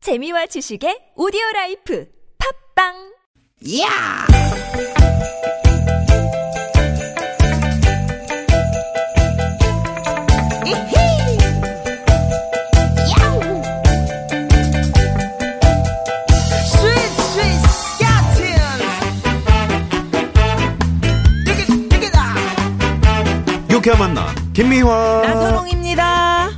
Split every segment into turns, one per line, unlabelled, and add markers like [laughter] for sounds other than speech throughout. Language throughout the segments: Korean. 재미와 지식의 오디오 라이프 팝빵
야! 이히! 야우! 스윗, 스윗, 스캇틴! 디귿, 디귿아!
유쾌한 만남 김미화
나선홍입니다.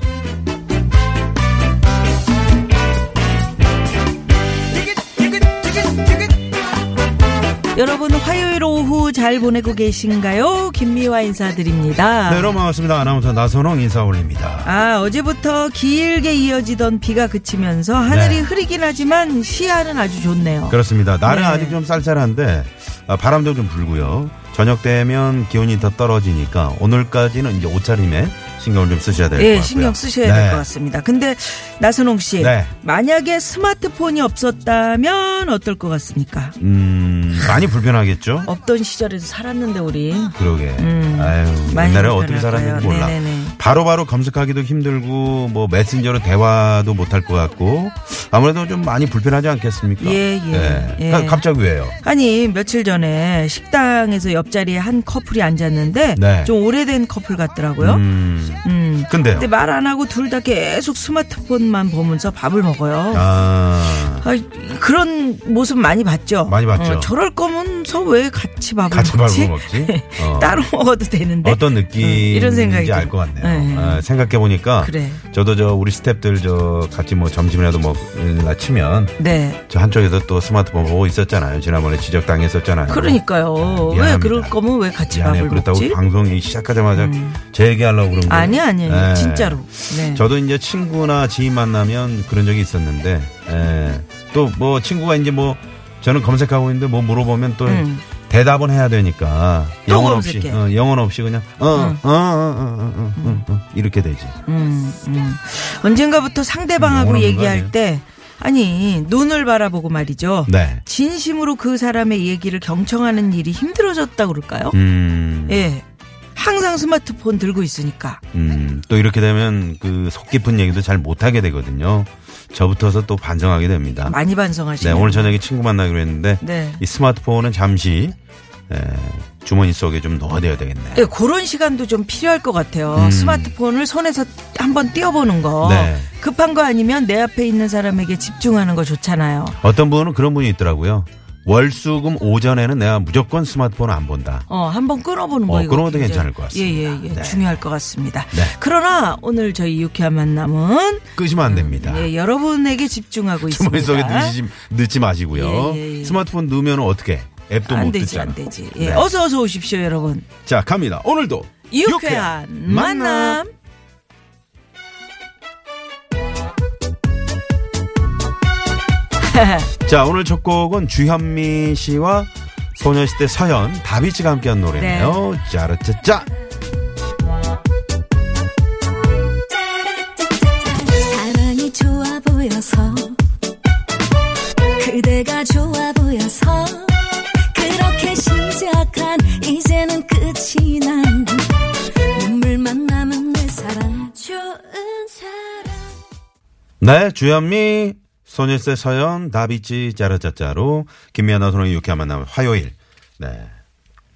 여러분 화요일 오후 잘 보내고 계신가요? 김미화 인사드립니다.
네, 여러분 반갑습니다 아나운서 나선홍 인사 올립니다
아 어제부터 길게 이어지던 비가 그치면서 하늘이
네.
흐리긴 하지만 시야는 아주 좋네요.
그렇습니다 날은
네.
아직 좀 쌀쌀한데 아, 바람도 좀 불고요 저녁 되면 기온이 더 떨어지니까 오늘까지는 이제 옷차림에 신경을 좀 쓰셔야 될 것
예,
같고요
신경 쓰셔야
네.
될 것 같습니다. 근데 나선홍 씨,
네.
만약에 스마트폰이 없었다면 어떨 것 같습니까?
음 많이 불편하겠죠
없던 시절에도 살았는데 우리
그러게
어. 음,
아유
많이
옛날에 어떻게
불편할
살았는지
거예요.
몰라
네네네.
바로바로 검색하기도 힘들고 뭐 메신저로 대화도 못할 것 같고 아무래도 좀 많이 불편하지 않겠습니까
예, 예,
네.
예.
가- 갑자기 왜요
아니 며칠 전에 식당에서 옆자리에 한 커플이 앉았는데
네.
좀 오래된 커플 같더라고요.
음
음.
근데요
근데 말 안 하고 둘 다 계속 스마트폰만 보면서 밥을 먹어요.
아
아, 그런 모습 많이 봤죠.
많이 봤죠.
어, 저럴 거면서 왜 같이 밥을
같이
먹지?
말고 먹지? 어.
음, [laughs] 따로 먹어도 되는데.
어떤
어, 이런 생각이
느낌인지 알
들고.
것 같네요. 아,
네.
생각해 보니까
그래.
저도 저 우리 스탭들 저 같이 뭐 점심이라도 먹나 치면
네.
저 한쪽에서 또 스마트폰 보고 있었잖아요. 지난번에 지적당했었잖아요.
그러니까요. 왜
미안합니다.
그럴 거면 왜 같이
미안해요.
밥을
그렇다고
먹지? 음.
방송이 시작하자마자 제 얘기하려고 그런 거
아니 아니 아니 진짜로. 네.
네. 저도 이제 친구나 지인 만나면 그런 적이 있었는데 또 뭐 친구가 이제 뭐 저는 검색하고 있는데 뭐 물어보면 또
음.
대답은 해야 되니까
또
영혼 없이
검색해.
어, 영혼 없이 그냥 어어어어어 어, 어, 어, 어, 어, 이렇게 되지
음, 음.
음,
언젠가부터 상대방하고
영원한
얘기할
인간이에요.
때 아니 눈을 바라보고 말이죠.
네
진심으로 그 사람의 얘기를 경청하는 일이 힘들어졌다 그럴까요?
음,
예. 항상 스마트폰 들고 있으니까.
음, 또 이렇게 되면 그 속 깊은 얘기도 잘 못하게 되거든요 저부터서 또 반성하게 됩니다
많이
네
반성하시네요.
오늘 저녁에 친구 만나기로 했는데
네.
이 스마트폰은 잠시 에, 주머니 속에 좀 넣어야 되겠네
예, 그런 시간도 좀 필요할 것 같아요.
음.
스마트폰을 손에서 한번 띄워보는 거.
네.
급한 거 아니면 내 앞에 있는 사람에게 집중하는 거 좋잖아요.
어떤 분은 그런 분이 있더라고요 월수금 오전에는 내가 무조건 스마트폰 안 본다
어, 한번 끊어보는
어,
거. 이거
끊어도
굉장히-
괜찮을 것 같습니다.
예, 예, 예.
네.
중요할 것 같습니다.
네.
그러나 오늘 저희 유쾌한 만남은
끄시면 안 됩니다
예, 여러분에게 집중하고 있습니다.
네. [laughs] 주머니 속에 넣지, 넣지 마시고요.
예, 예, 예.
스마트폰 넣으면 어떻게? 앱도
안
못
되지,
듣잖아.
안 되지. 예,
네.
어서 어서 오십시오, 여러분.
자, 갑니다. 오늘도
유쾌한 만남.
자, 오늘 첫 곡은 주현미 씨와 소녀시대 서현, 다비치가 함께한 노래네요. 짜르짜짜.
사랑이 좋아 보여서 그대가 좋아 보여서 그렇게 시작한 이제는 끝이 난 눈물만 남은 내 사랑 좋은 사랑
네, 주현미, 소녀시대 서현, 다비치, 짜르짜짜로 김미아나 소롱의 유쾌한 만남 화요일. 네.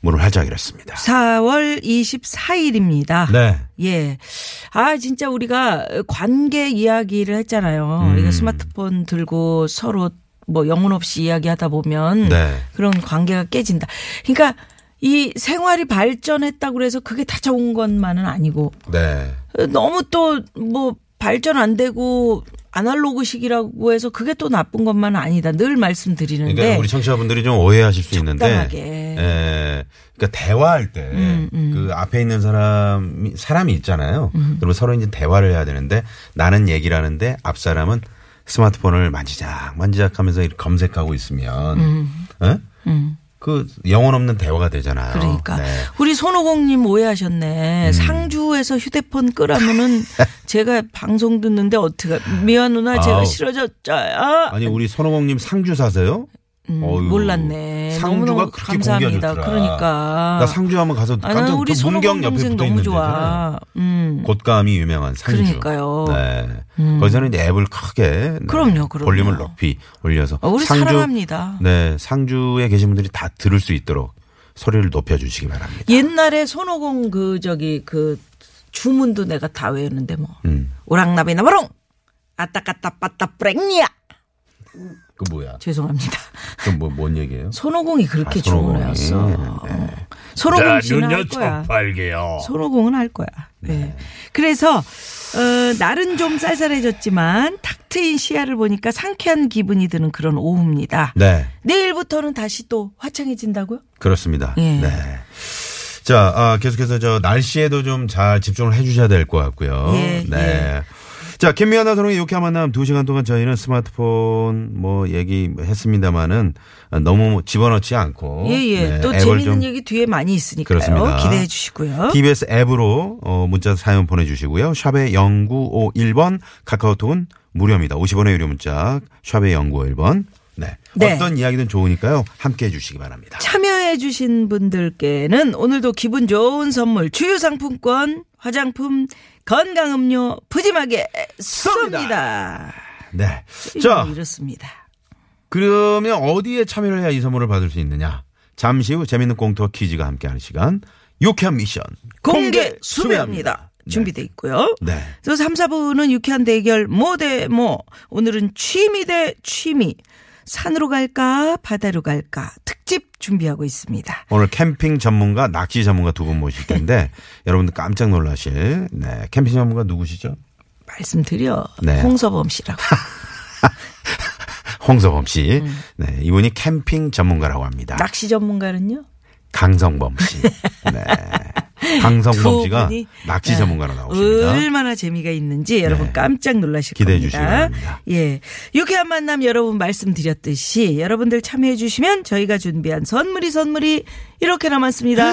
문을 활짝 열었습니다.
4월 24일입니다.
네.
예. 아, 진짜 우리가 관계 이야기를 했잖아요.
음.
이게 스마트폰 들고 서로 뭐 영혼 없이 이야기하다 보면
네.
그런 관계가 깨진다. 그러니까 이 생활이 발전했다고 그래서 그게 다 좋은 것만은 아니고
네.
너무 또 뭐 발전 안 되고 아날로그식이라고 해서 그게 또 나쁜 것만 은 아니다. 늘 말씀드리는데
그러니까 우리 청취자분들이 좀 오해하실 수
적당하게. 음,
있는데, 예, 그러니까 대화할 때 그 앞에 있는 사람이 사람이 있잖아요.
음.
그리고 서로 이제 대화를 해야 되는데 나는 얘기를 하는데 앞 사람은 스마트폰을 만지작 만지작하면서 이렇게 검색하고 있으면, 어? 그 영혼 없는 대화가 되잖아요.
음. 그러니까
네. 음.
우리 손오공님 오해하셨네. 상주에서
[laughs]
휴대폰 끄라면은 제가 방송 듣는데 어떻게 미안 누나 제가
아우.
싫어졌어요.
아니 우리 손오공님 상주 사세요? 어휴,
음, 몰랐네.
상주가
너무너무
그렇게
감사합니다.
공기가 좋더라.
그러니까.
나 상주 한번 가서
아,
깜짝
우리
그 문경 옆에
소공동생
붙어
너무
있는데
좋아. 음.
곶감이 유명한 상주.
그러니까요. 음.
네. 거기서는 이제 앱을 크게 네.
그럼요, 그럼요.
볼륨을 높이 올려서
어, 우리 사랑합니다.
네, 상주에 계신 분들이 다 들을 수 있도록 소리를 높여 주시기 바랍니다.
옛날에 손오공 그 저기 그 주문도 내가 다 외우는데 뭐
음.
오랑나비 나바롱 아따까따 빠따 브랭니야
그 뭐야?
죄송합니다.
그뭐뭔 얘기예요?
손오공이 그렇게
아, 손오공이.
주문해왔어.
네.
손오공 씨는 할 거야.
빨개요.
손오공은 할 거야. 네. 그래서 어, 날은 좀 쌀쌀해졌지만 탁 트인 시야를 보니까 상쾌한 기분이 드는 그런 오후입니다.
네,
내일부터는 다시 또 화창해진다고요?
그렇습니다.
예.
네. 자, 아, 계속해서 저 날씨에도 좀 잘 집중을 해주셔야 될 것 같고요.
예,
네.
예.
자, 김미연 아나운서의 유쾌한 만남 두 시간 동안 저희는 스마트폰 뭐 얘기했습니다마는 너무 집어넣지 않고.
예, 예.
네,
또
앱을
재밌는
좀
얘기 뒤에 많이 있으니까요.
그렇습니다.
기대해 주시고요.
TBS 앱으로 어, 문자 사연 보내주시고요. 샵의 0951번 카카오톡은 무료입니다. 50원의 유료 문자 샵의 0951번. 네.
네.
어떤 이야기든 좋으니까요. 함께 해주시기 바랍니다.
참여해 주신 분들께는 오늘도 기분 좋은 선물 주유 상품권, 화장품, 건강 음료 푸짐하게 쏩니다.
네.
이거
자,
이렇습니다.
그러면 어디에 참여를 해야 이 선물을 받을 수 있느냐? 잠시 후 재밌는 공터 퀴즈가 함께하는 시간. 유쾌한 미션
공개 수배합니다.
네.
준비돼 있고요.
네.
그래서 3, 4부는 유쾌한 대결 뭐 대 뭐. 오늘은 취미 대 취미. 산으로 갈까 바다로 갈까 특집 준비하고 있습니다.
오늘 캠핑 전문가, 낚시 전문가 두 분 모실
[laughs]
텐데 여러분들 깜짝 놀라실. 네, 캠핑 전문가 누구시죠?
말씀드려
네.
홍서범
[laughs]
씨라고.
홍서범 씨. 네, 이분이 캠핑 전문가라고 합니다.
음. 낚시 전문가는요?
강성범 씨. 네. 강성범
두
씨가
분이,
낚시
네.
전문가로 나오십니다. 네.
얼마나 재미가 있는지 여러분 깜짝 놀라실
기대해
겁니다.
주시기 바랍니다.
예. 유쾌한 만남 여러분 말씀드렸듯이 여러분들 참여해 주시면 저희가 준비한 선물이 선물이
[laughs]
이렇게 남았습니다.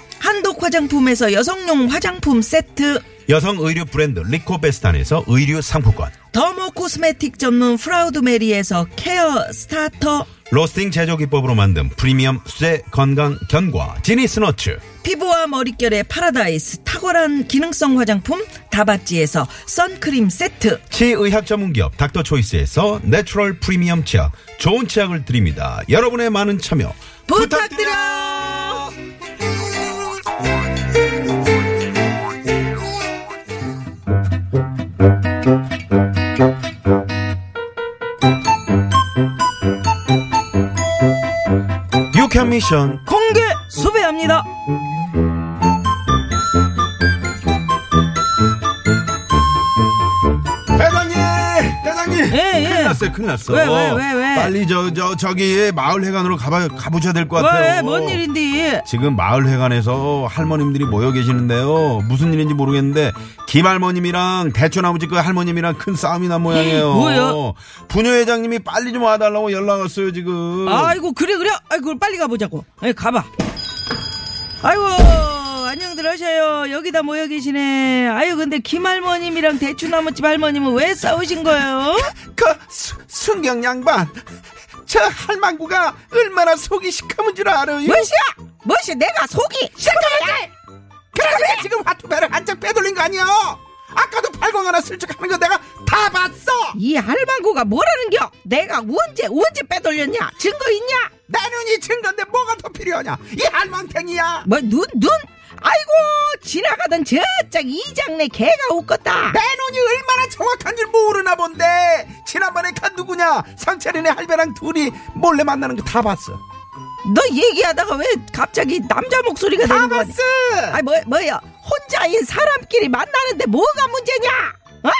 한독 화장품에서 여성용 화장품 세트
여성 의류 브랜드 리코베스탄에서 의류 상품권
더모 코스메틱 전문 프라우드메리에서 케어 스타터
로스팅 제조 기법으로 만든 프리미엄 쇠 건강 견과 지니스너츠
피부와 머릿결의 파라다이스 탁월한 기능성 화장품 다바찌에서 선크림 세트
치의학 전문기업 닥터초이스에서 내추럴 프리미엄 치약 좋은 치약을 드립니다 여러분의 많은 참여
부탁드려
유캔 미션
공개 수배합니다
대장님! 대장님!
예, 예.
큰일 났어요, 큰일 났어.
왜, 왜, 왜, 왜?
빨리 저, 저, 저기 마을회관으로 가봐, 가보셔야 될 것 같아요.
왜 뭔 일인데
지금 마을회관에서 할머님들이 모여 계시는데요. 무슨 일인지 모르겠는데, 김할머님이랑 대추나무집 그 할머님이랑 큰 싸움이 난 모양이에요.
뭐예요?
부녀회장님이 빨리 좀 와달라고 연락 왔어요, 지금.
아이고 그래 그래 아이고 빨리 가보자고 예 가봐 아이고 안녕들 하셔요 여기다 모여 계시네 아유 근데 김할머님이랑 대추나무집 할머님은 왜 싸우신 거예요
그, 수- 순경 양반. 저 할망구가 얼마나 속이 시커먼 줄 알아요?
뭐시야 뭐시 내가 속이 시작하는데
그래 지금 화투배를 한장 빼돌린 거 아니야? 아까도 팔공 하나 슬쩍 하는 거 내가 다 봤어.
이 할망구가 뭐라는겨? 내가 언제 언제 빼돌렸냐? 증거 있냐?
내 눈이 증거인데 뭐가 더 필요하냐? 이 할망탱이야.
뭐 눈 눈? 아이고 지나가던 저짝 이장내 개가 웃겄다.
내 눈이 얼마나 정확한지 모르나 본데. 지난번에 간 누구냐? 상철이네 할배랑 둘이 몰래 만나는 거 다 봤어.
너 얘기하다가 왜 갑자기 남자 목소리가
다
되는 거야?
봤어.
아이 뭐 뭐야? 혼자인 사람끼리 만나는데 뭐가 문제냐? 어?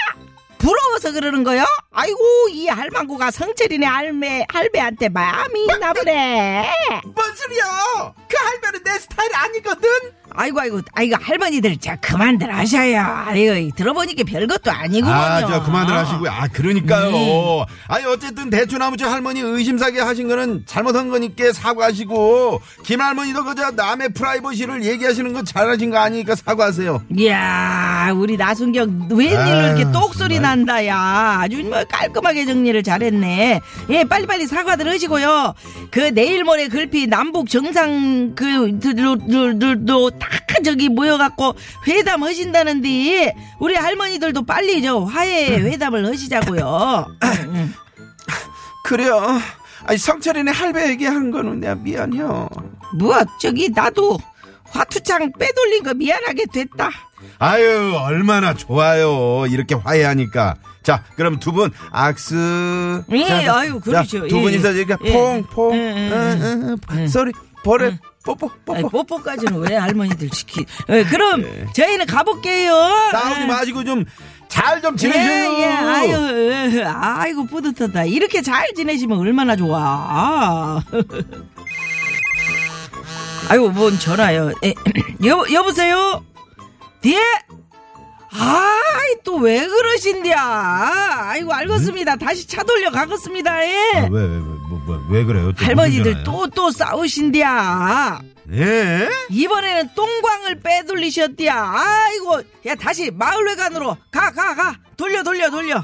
부러워서 그러는 거요? 아이고 이 할망구가 성철이네 할매 할배한테 마음이 있나 보네.
뭔 소리야?
어,
그 할배는 내 스타일 아니거든.
아이고 아이고 아이고 할머니들 자 그만들 하셔요. 아이고 들어보니까 별것도 아니구먼요.
아, 저 그만들 하시고요. 아, 그러니까요.
네.
아니 어쨌든 대추나무집 할머니 의심사게 하신 거는 잘못한 거니까 사과하시고 김 할머니도 그저 남의 프라이버시를 얘기하시는 거 잘하신 거 아니니까 사과하세요.
이야 우리 나순경 웬일로
아유,
이렇게 똑소리
정말.
난다야 아주 뭐 깔끔하게 정리를 잘했네 예 빨리빨리 사과들 하시고요 그 내일 모레 글피 남북 정상 그들들들도 다 저기 모여갖고 회담 하신다는데 우리 할머니들도 빨리 저 화해 회담을 하시자고요 [laughs]
그래요. 아니 성철이네 할배 얘기한 거는 내가 미안해요.
뭐 저기 나도 화투창 빼돌린 거 미안하게 됐다
아유, 얼마나 좋아요. 이렇게 화해하니까. 자, 그럼 두 분 악수.
예,
자, 자,
아유, 그러죠.
자, 두
예,
분이서 이렇게
예.
퐁퐁. 어,
예, 예, 예.
응, 응, 소리 벌에 뽀뽀
아니,
뽀뽀.
뽀뽀까지는 왜 할머니들 시키? 예, 그럼 저희는 가볼게요.
싸우지
예.
마시고 좀 잘 좀 지내세요.
예, 예, 아유, 예, 아이고 뿌듯하다. 이렇게 잘 지내시면 얼마나 좋아. [laughs] 아이고 뭔 전화요? 예, [clears throat] 여 여보세요? 뒤에? 아이 또 왜 그러신디야? 아이고 알겠습니다. 다시 차 돌려 가겠습니다. 예.
아, 왜, 왜, 왜, 뭐, 뭐, 왜 그래요? 또
할머니들
무슨
또 또 싸우신디야.
전화예요? 예?
이번에는 똥광을 빼돌리셨디야. 아이고, 야 다시 마을회관으로 가, 가, 가. 돌려, 돌려, 돌려.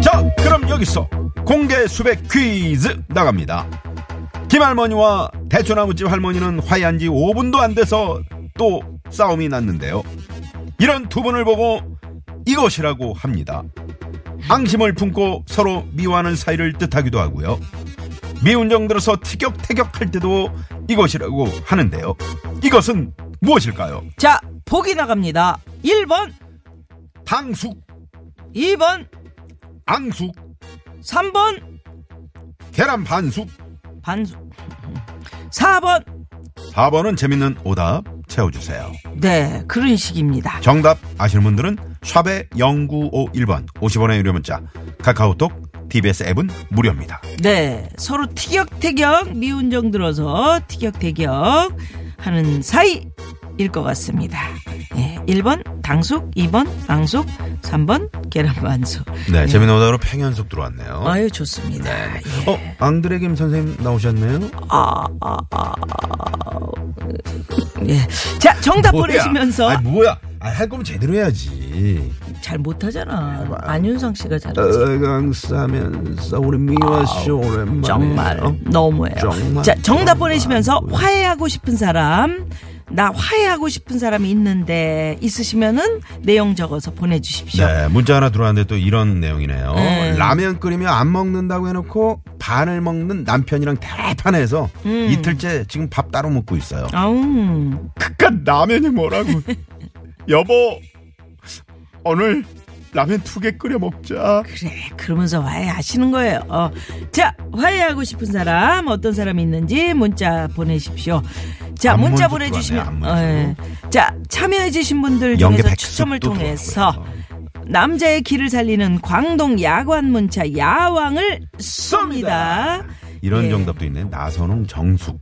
자, 그럼 여기서 공개 수백 퀴즈 나갑니다. 김할머니와 대추나무집 할머니는 화해한 지 5분도 안 돼서 또 싸움이 났는데요. 이런 두 분을 보고 이것이라고 합니다. 앙심을 품고 서로 미워하는 사이를 뜻하기도 하고요. 미운 정들어서 티격태격할 때도 이것이라고 하는데요. 이것은 무엇일까요?
자, 보기 나갑니다. 1번,
당숙,
2번,
앙숙,
3번,
계란 반숙,
반수. 4번.
4번은 재밌는 오답 채워주세요.
네, 그런 식입니다.
정답 아시는 분들은 샵의 0951번 50원의 유료 문자 카카오톡 TBS 앱은 무료입니다.
네, 서로 티격태격, 미운 정 들어서 티격태격 하는 사이일 것 같습니다. 예, 1번, 당숙, 2번, 앙숙, 3번, 계란반숙.
네, 재미난 오답으로 팽연속 들어왔네요.
음. 아유, 좋습니다. 예.
어, 앙드레 김 선생님 나오셨네요.
예. 자, 정답
뭐야?
보내시면서 음.
아니, 뭐야? 아, 할 거면 제대로 해야지.
잘 못하잖아. 안윤상 씨가 잘하지.
어강싸면서 우리 미화쇼 오랜만에.
정말
어?
너무해요.
정말,
자, 정답
정말.
보내시면서 화해하고 싶은 사람, 나 화해하고 싶은 사람이 있는데 있으시면은 내용 적어서 보내주십시오.
네, 문자 하나 들어왔는데 또 이런 내용이네요.
네.
라면 끓이며 안 먹는다고 해놓고 반을 먹는 남편이랑 대판해서
음.
이틀째 지금 밥 따로 먹고 있어요.
아우, 음,
그깟 라면이
[laughs]
뭐라고. 여보, 오늘 라면 두 개 끓여 먹자.
그래. 그러면서 화해하시는 거예요. 어. 자, 화해하고 싶은 사람, 어떤 사람이 있는지 문자 보내십시오. 자,
안
문자
문자
보내주시면,
들어왔네, 안 문자.
예. 자, 참여해주신 분들
연계
중에서
백숙도
추첨을 통해서
들어왔고요.
남자의 기를 살리는 광동 야관 문차 야왕을 쏩니다.
이런
예.
정답도 있네. 나선홍 정숙.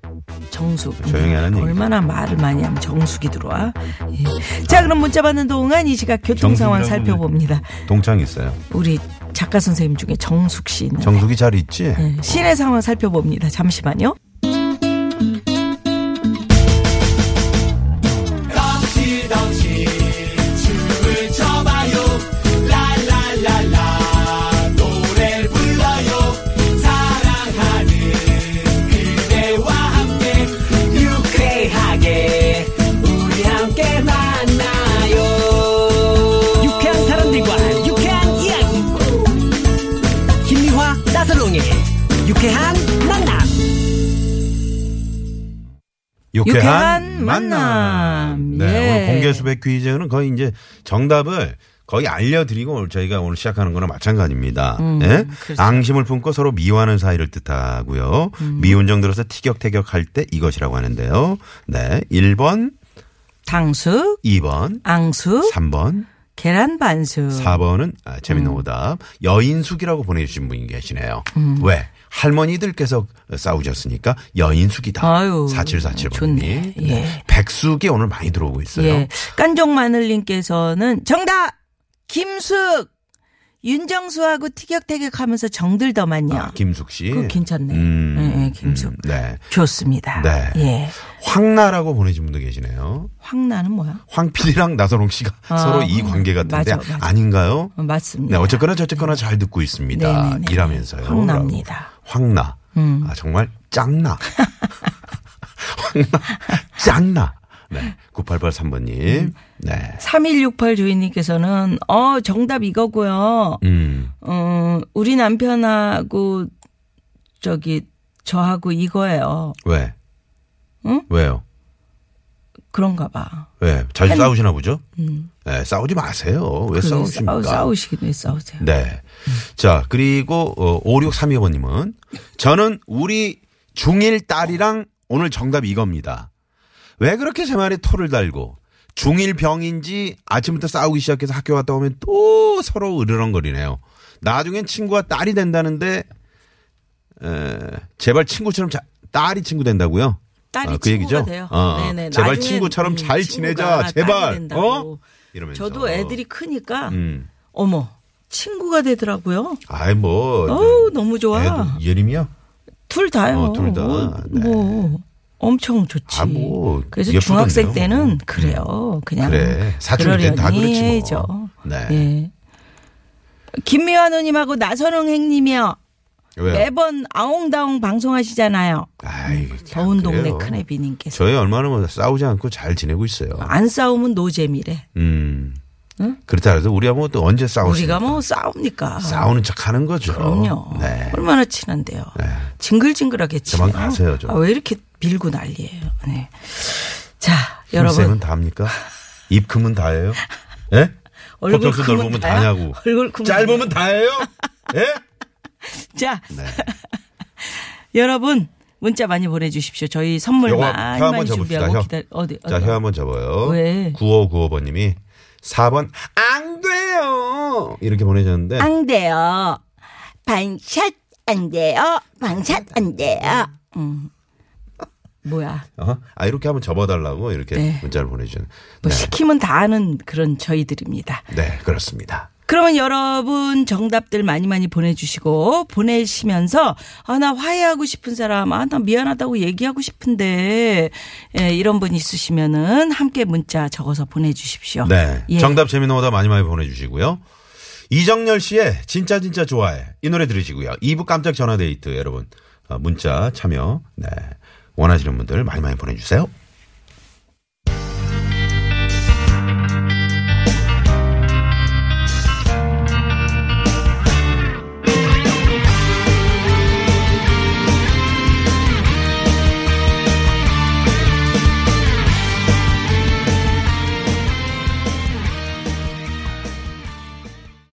정숙.
조용히 하라는 얘기죠.
얼마나 말을 많이 하면 정숙이 들어와. 예. 자, 그럼 문자 받는 동안 이 시각 교통 상황
정숙이라고
살펴봅니다.
동창 있어요.
우리 작가 선생님 중에 정숙 씨 있는데.
정숙이 잘 있지?
예, 시내 상황 살펴봅니다. 잠시만요.
유쾌하게 우리 함께 만나요 유쾌한 사람들과 유쾌한 이야기 김미화 나선롱의 유쾌한 만남
유쾌한 만남.
네,
예.
오늘 공개 수배 퀴즈는 거의 이제 정답을 거의 알려드리고 오늘 저희가 오늘 시작하는 거나 마찬가지입니다.
음,
예?
그렇죠.
앙심을 품고 서로 미워하는 사이를 뜻하고요.
음.
미운 정도로서 티격태격할 때 이것이라고 하는데요. 네, 1번
탕수,
2번,
앙수,
3번,
계란 반수.
4번은 아,
음.
재밌는 오답. 여인숙이라고 보내주신 분이 계시네요.
음.
왜? 할머니들께서 어, 싸우셨으니까 여인숙이다.
아유,
4747번님.
좋네. 예.
백숙이 오늘 많이 들어오고 있어요.
예. 깐종마늘님께서는 정답! 김숙! 윤정수하고 티격태격 하면서 정들더만요.
아, 김숙 씨.
그거 괜찮네.
음,
예, 예, 김숙.
음, 네.
좋습니다.
네.
예.
황나라고 보내신 분도 계시네요.
황나는 뭐야?
황필이랑 나선홍 씨가
아,
서로 이 관계 같은데
맞아, 맞아.
닌가요
어, 맞습니다.
네, 어쨌거나 저쨌거나 잘 듣고 있습니다.
네네네.
일하면서요.
황나입니다. 음.
라고. 황나. 아, 정말 짱나. [laughs] 황나. 짱나. 네.
음.
9883번님. 네.
3168 주인님께서는, 어, 정답 이거고요.
음.
어, 우리 남편하고, 저기, 저하고 이거예요.
왜?
응?
왜요?
그런가 봐.
왜? 자주 싸우시나 보죠?
음.
네, 싸우지 마세요. 왜 싸우십니까?
싸우, 시긴왜 싸우세요?
네. 자, 그리고 어, 5632번님은 저는 우리 중1 딸이랑 오늘 정답 이겁니다. 왜 그렇게 제 말에 토를 달고 중1 병인지 아침부터 싸우기 시작해서 학교 갔다 오면 또 서로 으르렁거리네요. 나중엔 친구가 딸이 된다는데 에, 제발 친구처럼 자- 딸이 친구 된다고요?
딸이
아, 그
친구가
얘기죠?
돼요.
어,
네네.
제발
나중엔,
친구처럼
음,
잘
친구가
지내자.
딸이
제발.
된다고.
어? 이러면서.
저도 애들이 크니까
음.
어머 친구가 되더라고요.
아이 뭐.
어우 너무 좋아.
애들 예림이요?
둘 다요.
어, 둘 다.
뭐,
네.
뭐 엄청 좋지.
아, 뭐,
그래서
예쁘던데요.
중학생 때는
음.
그래요. 그냥
그래. 사춘기
그러려니
때는 다 그렇지 뭐.
해야죠.
네.
예. 김미화 누님하고 나선홍 행님이요.
왜요?
매번 아웅다웅 방송하시잖아요.
아이, 참
더운
그래요.
동네 큰애비님께서
저희 얼마나 뭐 싸우지 않고 잘 지내고 있어요.
안 싸우면 노잼이래.
음. 그렇다 해서 우리가 뭐 또 언제 싸우시
우리가 뭐 싸웁니까?
싸우는 척 하는 거죠.
그럼요.
네.
얼마나 친한데요. 징글징글하게 친해요.
저만 가세요, 저.
아, 왜 이렇게 밀고 난리예요. 네. 자,
힘쌤은
여러분
다 합니까? 입 크면 다예요? 예?
얼굴
법정수
크면
넓으면
다야?
다냐고.
[laughs] 얼굴 크면
짧으면 다예요? 예?
자,
네.
[laughs] 여러분 문자 많이 보내 주십시오. 저희 선물
요거
많이
혀
많이
한번 접읍시다.
준비하고
혀.
기다려. 어디
자,
어디?
혀 한번 접어요.
왜?
9595번님이 4번 안 돼요. 이렇게 보내셨는데
안 돼요. 반샷 안 돼요. 반샷 안 돼요. 음. 뭐야?
어? 아 이렇게 한번 접어달라고 이렇게
네.
문자를 보내주는.
뭐
네.
시키면 다 하는 그런 저희들입니다.
네, 그렇습니다.
그러면 여러분 정답들 많이 많이 보내주시고 보내시면서 아 나 화해하고 싶은 사람 아 나 미안하다고 얘기하고 싶은데 예, 이런 분 있으시면은 함께 문자 적어서 보내주십시오.
네,
예.
정답 재미는 오다 많이 많이 보내주시고요. 이정열 씨의 진짜 진짜 좋아해 이 노래 들으시고요. 2부 깜짝 전화 데이트 여러분 어, 문자 참여 네 원하시는 분들 많이 많이 보내주세요.